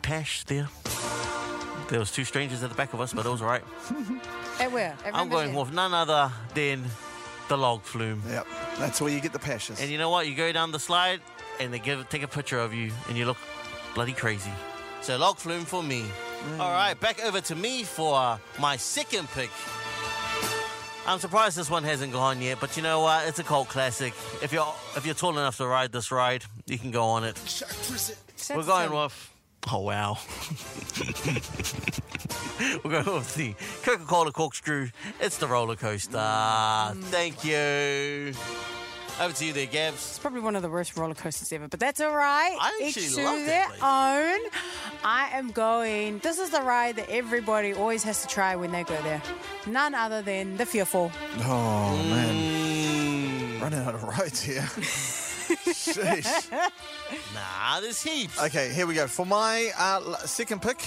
pash there. There was two strangers at the back of us, but it was all right.
At where? At
I'm
Rainbow
going
Zen?
with none other than the log flume.
Yep. That's where you get the pashes.
And you know what? You go down the slide, and they give take a picture of you, and you look bloody crazy. Mm. So log flume for me. All right, back over to me for uh, my second pick. I'm surprised this one hasn't gone yet, but you know what? It's a cult classic. If you're if you're tall enough to ride this ride, you can go on it.
Check presents
That's
We're going
Zen.
with. Oh wow. We're going with the Coca-Cola corkscrew. It's the roller coaster. Thank you. Over to you there, Gabs.
It's probably one of the worst roller coasters ever, but that's all right.
I actually
Each
love
to
that
their
place.
own. I am going. This is the ride that everybody always has to try when they go there. None other than the fearful.
Oh man,
Mm.
running out of roads here. Sheesh.
Nah, there's heaps.
Okay, here we go. For my uh, l- second pick,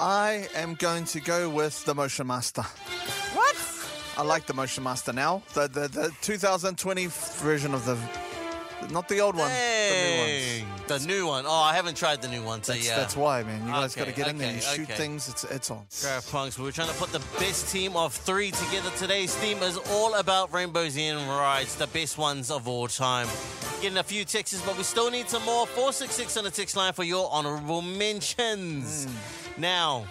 I am going to go with the Motion Master.
What?
I like the Motion Master now. The the, the 2020 version of the, not the old one, the new
Dang.
ones.
The new one. Oh, I haven't tried the new one, so
That's,
yeah.
that's why, man. You guys
Okay,
got to get in there.
okay,
You shoot
okay.
things. It's it's on.
Grab punks. We were trying to put the best team of three together. Today's theme is all about Rainbows End rides, the best ones of all time. Getting a few texts, but we still need some more. 466 on the text line for your honorable mentions.
Hmm.
Now,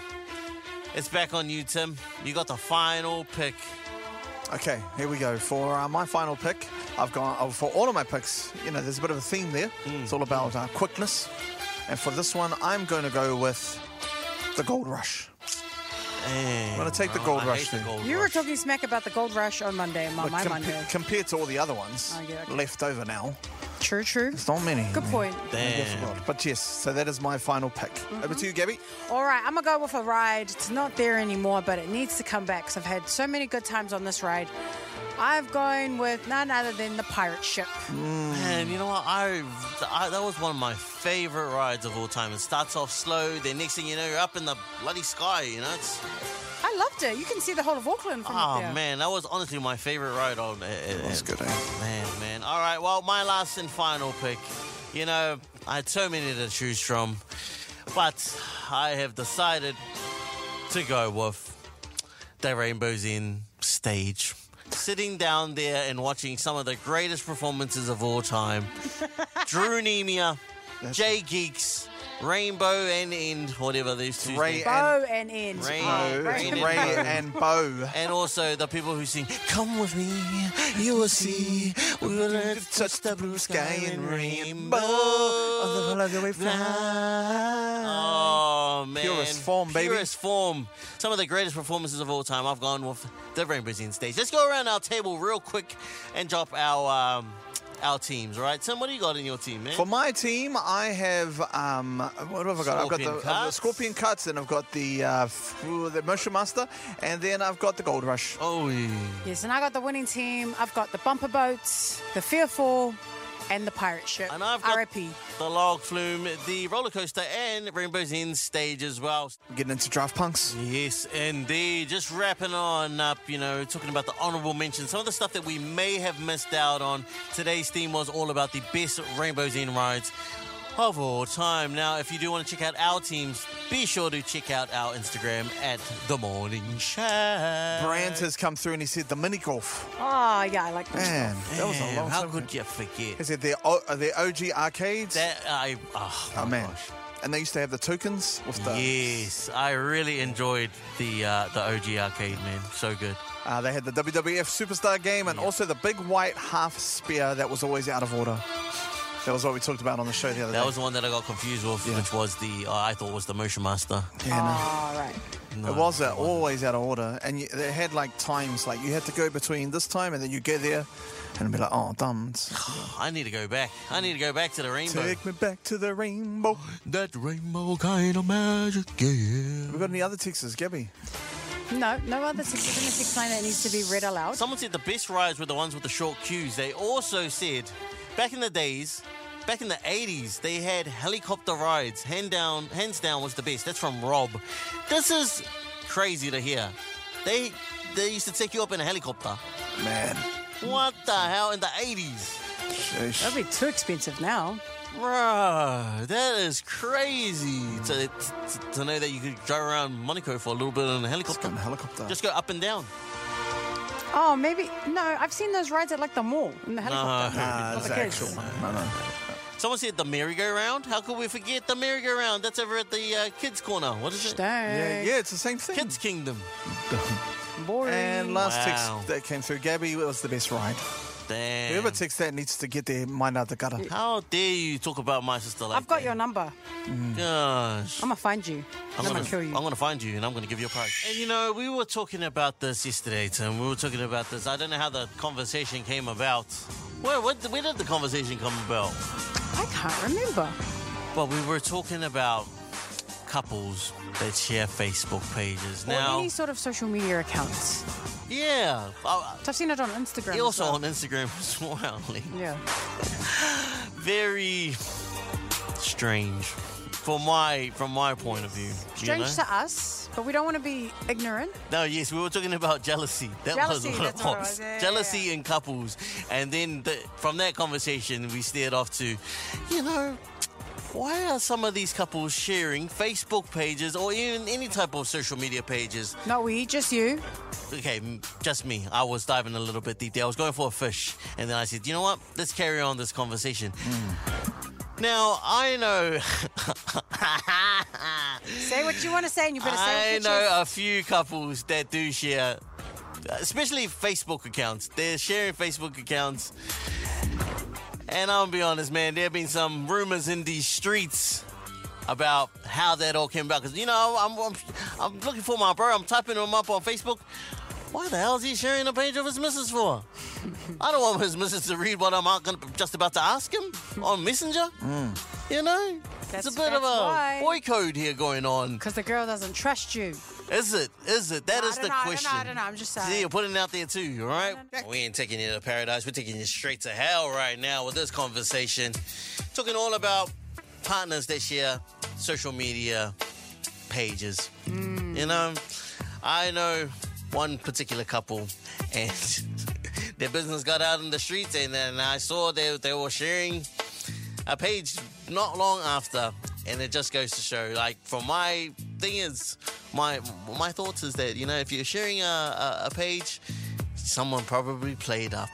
it's back on you, Tim. You got the final pick.
Okay, here we go. For uh, my final pick, I've gone oh, for all of my picks. You know, there's a bit of a theme there.
Mm.
It's all about uh, quickness. And for this one, I'm going to go with the Gold Rush.
I'm
gonna take the Gold Rush thing.
You were talking smack about the gold rush on Monday, my,
But
my
compa-
Monday.
compared to all the other ones
Oh, yeah, okay.
left over now,
True, true.
it's not many.
Good point. Mm-hmm.
Damn.
But yes, so that is my final pick. Over to you, Gabby.
All right, I'm gonna go with a ride. It's not there anymore, but it needs to come back because I've had so many good times on this ride. I'm going with none other than the pirate ship.
Man, you know what? I, I that was one of my favorite rides of all time. It starts off slow, then next thing you know, you're up in the bloody sky. You know, it's
I loved it. You can see the whole of Auckland from up
oh
there.
man, that was honestly my favorite ride on. It,
That's good, eh?
Man, man. All right, well, my last and final pick. You know, I had so many to choose from, but I have decided to go with the Rainbows in stage. Sitting down there and watching some of the greatest performances of all time. Drew Nemia
That's-
J Geeks, Rainbow and End, whatever these two.
Ray
things.
and
Bo and N.
Rain.
Oh,
Bo,
Ray
Rain
Rain
and Bo.
and Bo.
and also the people who sing "Come with me, you will see, we will learn to touch the blue sky and rainbow."
On the way
Oh man,
Purest form, baby.
Purest form. Some of the greatest performances of all time. I've gone with the Rainbow Zine stage. Let's go around our table real quick and drop our um, our teams. Right, Tim, what do you got in your team, man?
For my team, I have um, what have I got? I've
Scorpion
got the, uh, the
Cuts.
Scorpion Cuts, and I've got the uh, f- the Motion Master, and then I've got the Gold Rush.
oh, yeah.
Yes, and I got the winning team. I've got the bumper boats, the fearful, and the pirate ship.
and I've got
RIP.
the log flume, the roller coaster, and Rainbow Zine stage as well.
Getting into Draft Punks.
Yes, indeed. Just wrapping on up, you know, talking about the honorable mentions, some of the stuff that we may have missed out on. Today's theme was all about the best Rainbow Zine rides of all time. Now, if you do want to check out our teams, be sure to check out our Instagram at The Morning Chat.
Brandt has come through and he said the mini golf.
Oh, yeah, I like that.
Man, that was a
Damn,
long
How
time.
could you
He
forget?
said they're, o- uh, they're OG arcades.
That, I, oh,
oh
my
man,
gosh.
and they used to have the tokens with the.
Yes, I really enjoyed the uh, the OG arcade, man. So good.
Uh, they had the WWF Superstar game and also the big white half spear that was always out of order. That was what we talked about on the show the other
That
day.
was the one that I got confused with,
Yeah.
which was the uh, I thought was the Motion Master.
Yeah, no.
All right.
No,
it was uh,
wasn't.
always out of order, and you, they had like times like you had to go between this time, and then you get there, and be like, "Oh, dumbs,
I need to go back. I need to go back to the rainbow.
take me back to the rainbow."
That rainbow kind of magic, yeah.
We got any other Texas, Gabby?
No, no other significant explain that needs to be read aloud.
Someone said the best rides were the ones with the short queues. They also said, back in the days, back in the 80s, they had helicopter rides. Hand down, hands down was the best. That's from Rob. This is crazy to hear. They they used to take you up in a helicopter.
Man,
What the hell in the 80s?
sheesh.
That'd be too expensive now.
Bruh, that is crazy to, to, to know that you could drive around Monaco for a little bit in a helicopter.
Got a
uh,
helicopter.
Just go up and down.
Oh, maybe. No, I've seen those rides at like the mall in the helicopter.
Nah, it's
the kids.
actual one. Uh, No, no.
Uh-huh. Someone said the merry-go-round. How could we forget the merry-go-round? That's over at the uh, kids' corner. What is it?
Yeah,
Dang.
yeah, it's the same thing.
Kids Kingdom.
Boring.
And last
Wow.
text that came through, Gabby, it was the best ride.
Damn.
Whoever texts that needs to get their mind out the gutter.
How dare you talk about my sister like
I've got
that?
your number.
Gosh.
I'm going to find you. I'm, going
gonna,
to kill you.
I'm gonna find you and I'm gonna give you a prize. And you know, we were talking about this yesterday, Tim. We were talking about this. I don't know how the conversation came about. Where, what, where did the conversation come about?
I can't remember.
But we were talking about couples that share Facebook pages.
or
Now,
any sort of social media accounts.
yeah, uh,
So I've seen it on Instagram. as
also
well.
on Instagram as well. like,
Yeah.
Very strange, from my from my point of view. you
Strange
know?
to us, but we don't want to be ignorant.
No, yes, we were talking about jealousy. That
Jealousy,
was what
that's
it
what it
was.
was, yeah, yeah,
jealousy in couples. And then the, from that conversation, we steered off to, you know, why are some of these couples sharing Facebook pages or even any type of social media pages?
Not we, just you.
Okay, m- just me. I was diving a little bit deep there. I was going for a fish. And then I said, you know what? Let's carry on this conversation. Now, I know.
Say what you want to say, and you better say
I
what you
know a few couples that do share, especially Facebook accounts. They're sharing Facebook accounts. And I'll be honest, man, there have been some rumors in these streets about how that all came about. Because, you know, I'm, I'm, I'm looking for my bro, I'm typing him up on Facebook. Why the hell is he sharing a page of his missus for? I don't want his missus to read what I'm out gonna, just about to ask him on Messenger. You know?
That's-
it's a bit of a
that's why.
boy code here going on.
Because the girl doesn't trust you.
Is it? Is it? That
I
is
don't
the
know, I don't know,
question.
I don't know, I'm just
See,
saying.
you're putting it out there too, all right? We ain't taking you to paradise. We're taking you straight to hell right now with this conversation. Talking all about partners that share social media pages.
Mm.
You know, I know one particular couple and their business got out in the streets and then I saw they, they were sharing a page not long after, and it just goes to show. Like, from my thing is, my my thoughts is that you know, if you're sharing a, a, a page, someone probably played up,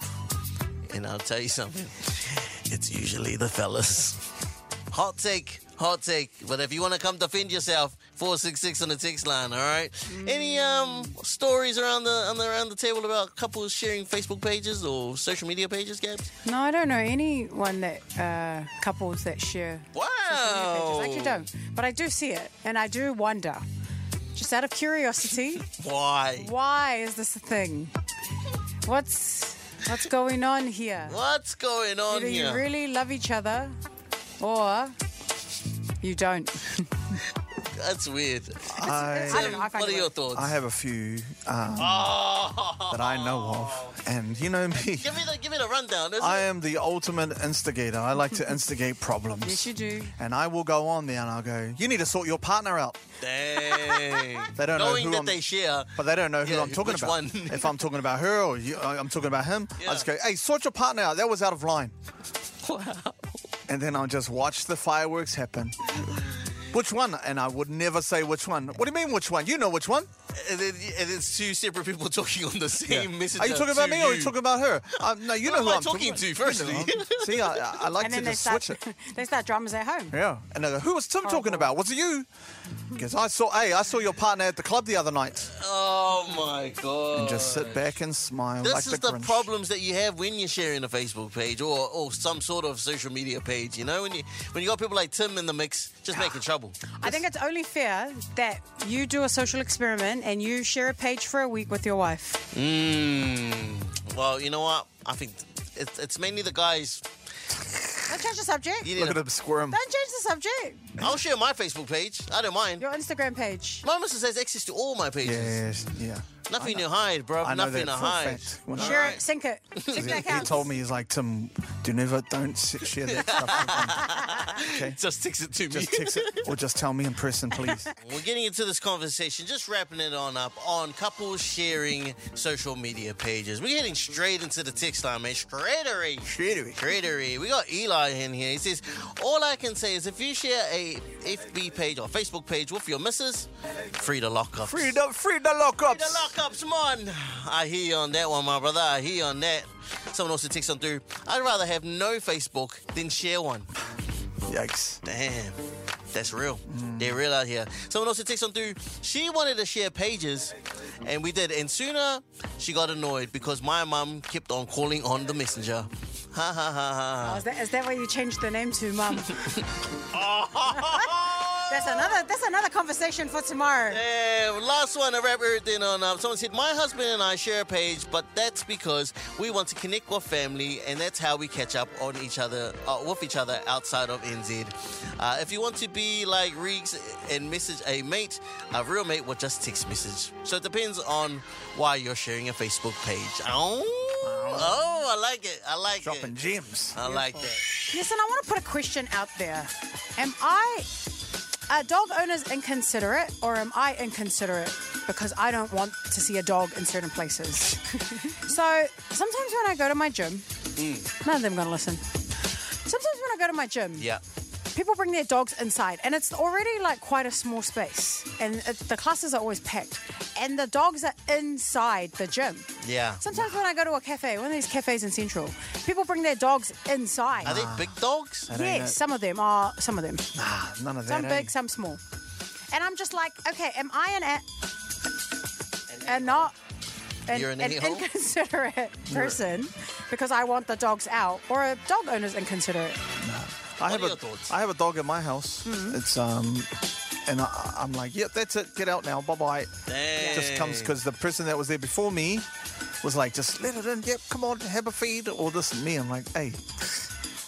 and I'll tell you something, it's usually the fellas. Hot take, hot take. But if you want to come defend yourself, four six six on the text line. All right.
Mm.
Any um stories around the, on the around the table about couples sharing Facebook pages or social media pages, Gabs?
No, I don't know anyone that uh, couples that share
Wow.
pages. I
Oh.
actually don't, but I do see it, and I do wonder, just out of curiosity,
Why?
why is this a thing? What's what's going on here?
What's going on
Either you
here?
really love each other, or you don't.
That's weird.
I,
I don't know. I find
what are
it
your
weird.
thoughts?
I have a few um, that I know of, and you know me.
give me the give me the rundown. isn't
I
it?
am the ultimate instigator. I like to instigate problems.
Yes, you do.
And I will go on there and I'll go, you need to sort your partner out.
Dang.
They don't know
Knowing
who
that
I'm,
they share.
But they don't know who
Yeah,
I'm talking
which
about.
one?
if I'm talking about her or you, I- I'm talking about him,
Yeah.
I just go, hey, sort your partner out. That was out of line. And then I'll just watch the fireworks happen. Which one? And I would never say which one. What do you mean, which one? You know which one.
And, then, and it's two separate people talking on the
Yeah.
same message.
Are you talking
to
about me or are you talking about her? Um, no, you
Who
know
am
who
I
I'm
talking to,
You know who
firstly?
I'm- See, I, I like
And
to
then they
just
start
switch it.
they start dramas at home.
Yeah. And they go, who was Tim talking
Horrible.
about? Was it you? Because I saw, hey, I saw your partner at the club the other night.
Oh my god.
And just sit back and smile
This
like
is
the
the
Grinch.
problems that you have when you're sharing a Facebook page or, or some sort of social media page. You know, when you when you got people like Tim in the mix, just making trouble.
I think it's only fair that you do a social experiment and you share a page for a week with your wife.
Mm. Well, you know what? I think it's, it's mainly the guys.
Don't change the subject.
You need
Look
to-
at him squirm.
Don't change the subject.
I'll share my Facebook page. I don't mind.
Your Instagram page.
My missus has access to all my pages.
Yes, yeah.
Nothing to hide, bro.
I know
Nothing
that
to
for a
hide.
fact. When
Share
Alright.
it. Sink it. Sink
he,
that
he
account.
told me, he's like, Tim, do never, don't s- share that stuff. with me." okay.
Just text it to me.
Just text it or just tell me in person, please.
We're getting into this conversation, just wrapping it on up on couples sharing social media pages. We're heading straight into the text line, man. Straight away.
Shittery.
Treatery. We got Eli in here. He says, All I can say is if you share a FB page or Facebook page with your missus, free the lockups.
Free the, free the lockups.
The lockups, man. I hear you on that one, my brother. I hear you on that. Someone else to text on through. I'd rather have no Facebook than share one.
Yikes.
Damn. That's real. They're real out here. Someone else to text on through. She wanted to share pages, and we did. And sooner, she got annoyed because my mum kept on calling on the messenger. Ha ha
Oh,
ha
is, that, is that what you changed the name to, Mum?
ha.
that's another. That's another conversation for tomorrow.
Yeah, Eh, last one to wrap everything on up. Someone said, My husband and I share a page, but that's because we want to connect with family and that's how we catch up on each other, uh, with each other outside of NZ. Uh, if you want to be like Reeks and message a mate, a real mate will just text message. So it depends on why you're sharing a Facebook page. Oh, oh I like it. I like
Dropping
it.
gems.
I like that.
Listen, I want to put a question out there. Am I are dog owners inconsiderate, or am I inconsiderate because I don't want to see a dog in certain places? so sometimes when I go to my gym, none of them going to listen. Sometimes when I go to my gym,
Yeah.
people bring their dogs inside and it's already like quite a small space and it, the classes are always packed and the dogs are inside the gym
Yeah.
sometimes when i go to a cafe one of these cafes in central people bring their dogs inside
Are they big dogs?
That ain't
yes
it.
some of them are some of them
Ah, none of that.
some
eh?
big some small and i'm just like okay am i an a- and not an,
You're an
an
a-hole?
inconsiderate person because I want the dogs out, or a dog owner's inconsiderate.
I have
are
a
your thoughts? Mm-hmm.
I have a dog in my house. It's um, and I, I'm like, yep, that's it. Get out now. Bye bye. Just comes
Dang.
because the person that was there before me was like, just let it in. Yep, come on, have a feed or this and me. I'm like, hey,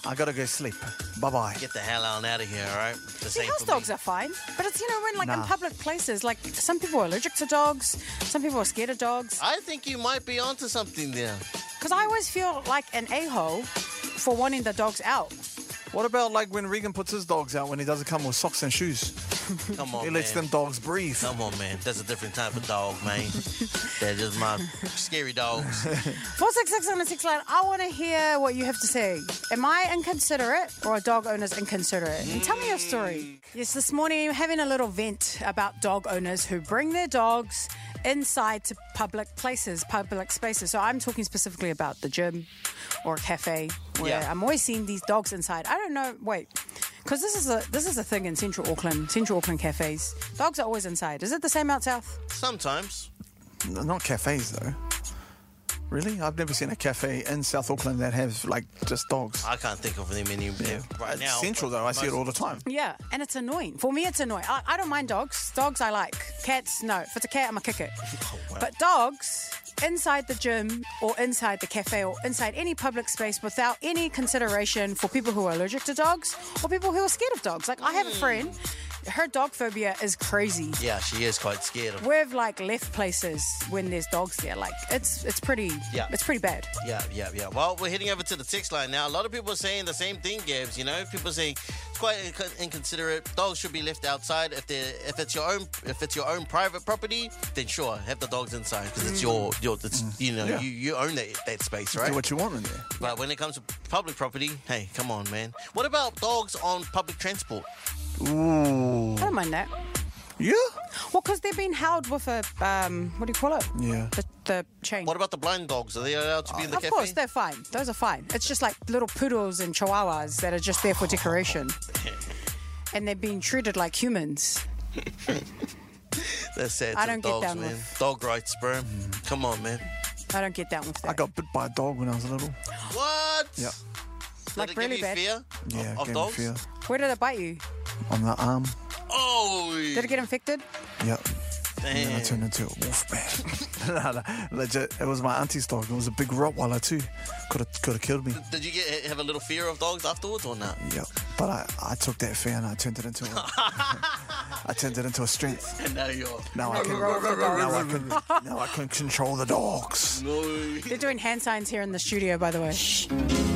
I gotta go sleep. Bye bye.
Get the hell on out of here, all right? The
See,
same
house
for me.
dogs are fine, but it's you know when like in
Nah.
public places, like some people are allergic to dogs, some people are scared of dogs.
I think you might be onto something there.
Because I always feel like an a hole for wanting the dogs out.
What about like when Regan puts his dogs out when he doesn't come with socks and shoes?
Come on,
he lets
Oh, man.
them dogs breathe.
Come on, man. That's a different type of dog, man. They're just my scary dogs.
Four six six on the six line. I want to hear what you have to say. Am I inconsiderate or a dog owner's inconsiderate? And tell me your story. Yes, this morning having a little vent about dog owners who bring their dogs inside to public places, public spaces. So I'm talking specifically about the gym or a cafe where
Yeah.
I'm always seeing these dogs inside. I don't know. Wait. Because this is a this is a thing in Central Auckland, Central Auckland cafes. Dogs are always inside. Is it the same out south?
Sometimes.
N- Not cafes though. Really, I've never seen a cafe in South Auckland that have like just dogs.
I can't think of any many right
It's
now.
Central
but
though, I see it
most-
all the time.
Yeah, and it's annoying. For me, it's annoying. I, I don't mind dogs. Dogs I like. Cats, no. If it's a cat, I'm a kick it. But dogs inside the gym or inside the cafe or inside any public space without any consideration for people who are allergic to dogs or people who are scared of dogs. Like I have a friend, her dog phobia is crazy.
Hmm. Yeah, she is quite scared of.
We've like left places when there's dogs there. Like it's it's pretty
Yeah.
it's pretty bad.
Yeah, yeah, yeah. Well, we're heading over to the text line now. A lot of people are saying the same thing, Gabs. You know, people are saying it's quite inc- inconsiderate. Dogs should be left outside. If they, are if it's your own, if it's your own private property, then sure, have the dogs inside because it's your, your, it's, you know,
Mm. Yeah.
you, you own that that space, right?
Do what you want in there.
But when it comes to public property, hey, come on, man. What about dogs on public transport? Hmm.
I don't mind that.
Yeah.
Well, because they've been held with a um, what do you call it?
Yeah.
The, the chain.
What about the blind dogs? Are they allowed to be in the
Of
cafe?
course, they're fine. Those are fine. It's just like little poodles and chihuahuas that are just there for decoration. And they're being treated like humans.
That's sad.
I
to
don't
the
get
dogs,
down
man.
with-
Dog rights, bro. Come on, man.
I don't get down with that.
I got bit by a dog when I was little.
What?
Yeah.
Did
Like,
it give
really
you
bad.
fear
Yeah.
of, of
gave me
dogs?
fear.
Where did it bite you?
On the arm.
Oh,
Did it get infected?
Yep. And then I
damn.
turned into a wolf man. no, no, legit. It was my auntie's dog. It was a big Rottweiler too. Could have could have killed me.
Did you get have a little fear of dogs afterwards or not?
Yep. But I, I took that fear and I turned it into a I turned it into a strength.
And now you're.
Now I can
roll for
now I can now I can control the dogs.
They're doing hand signs here in the studio, by the way.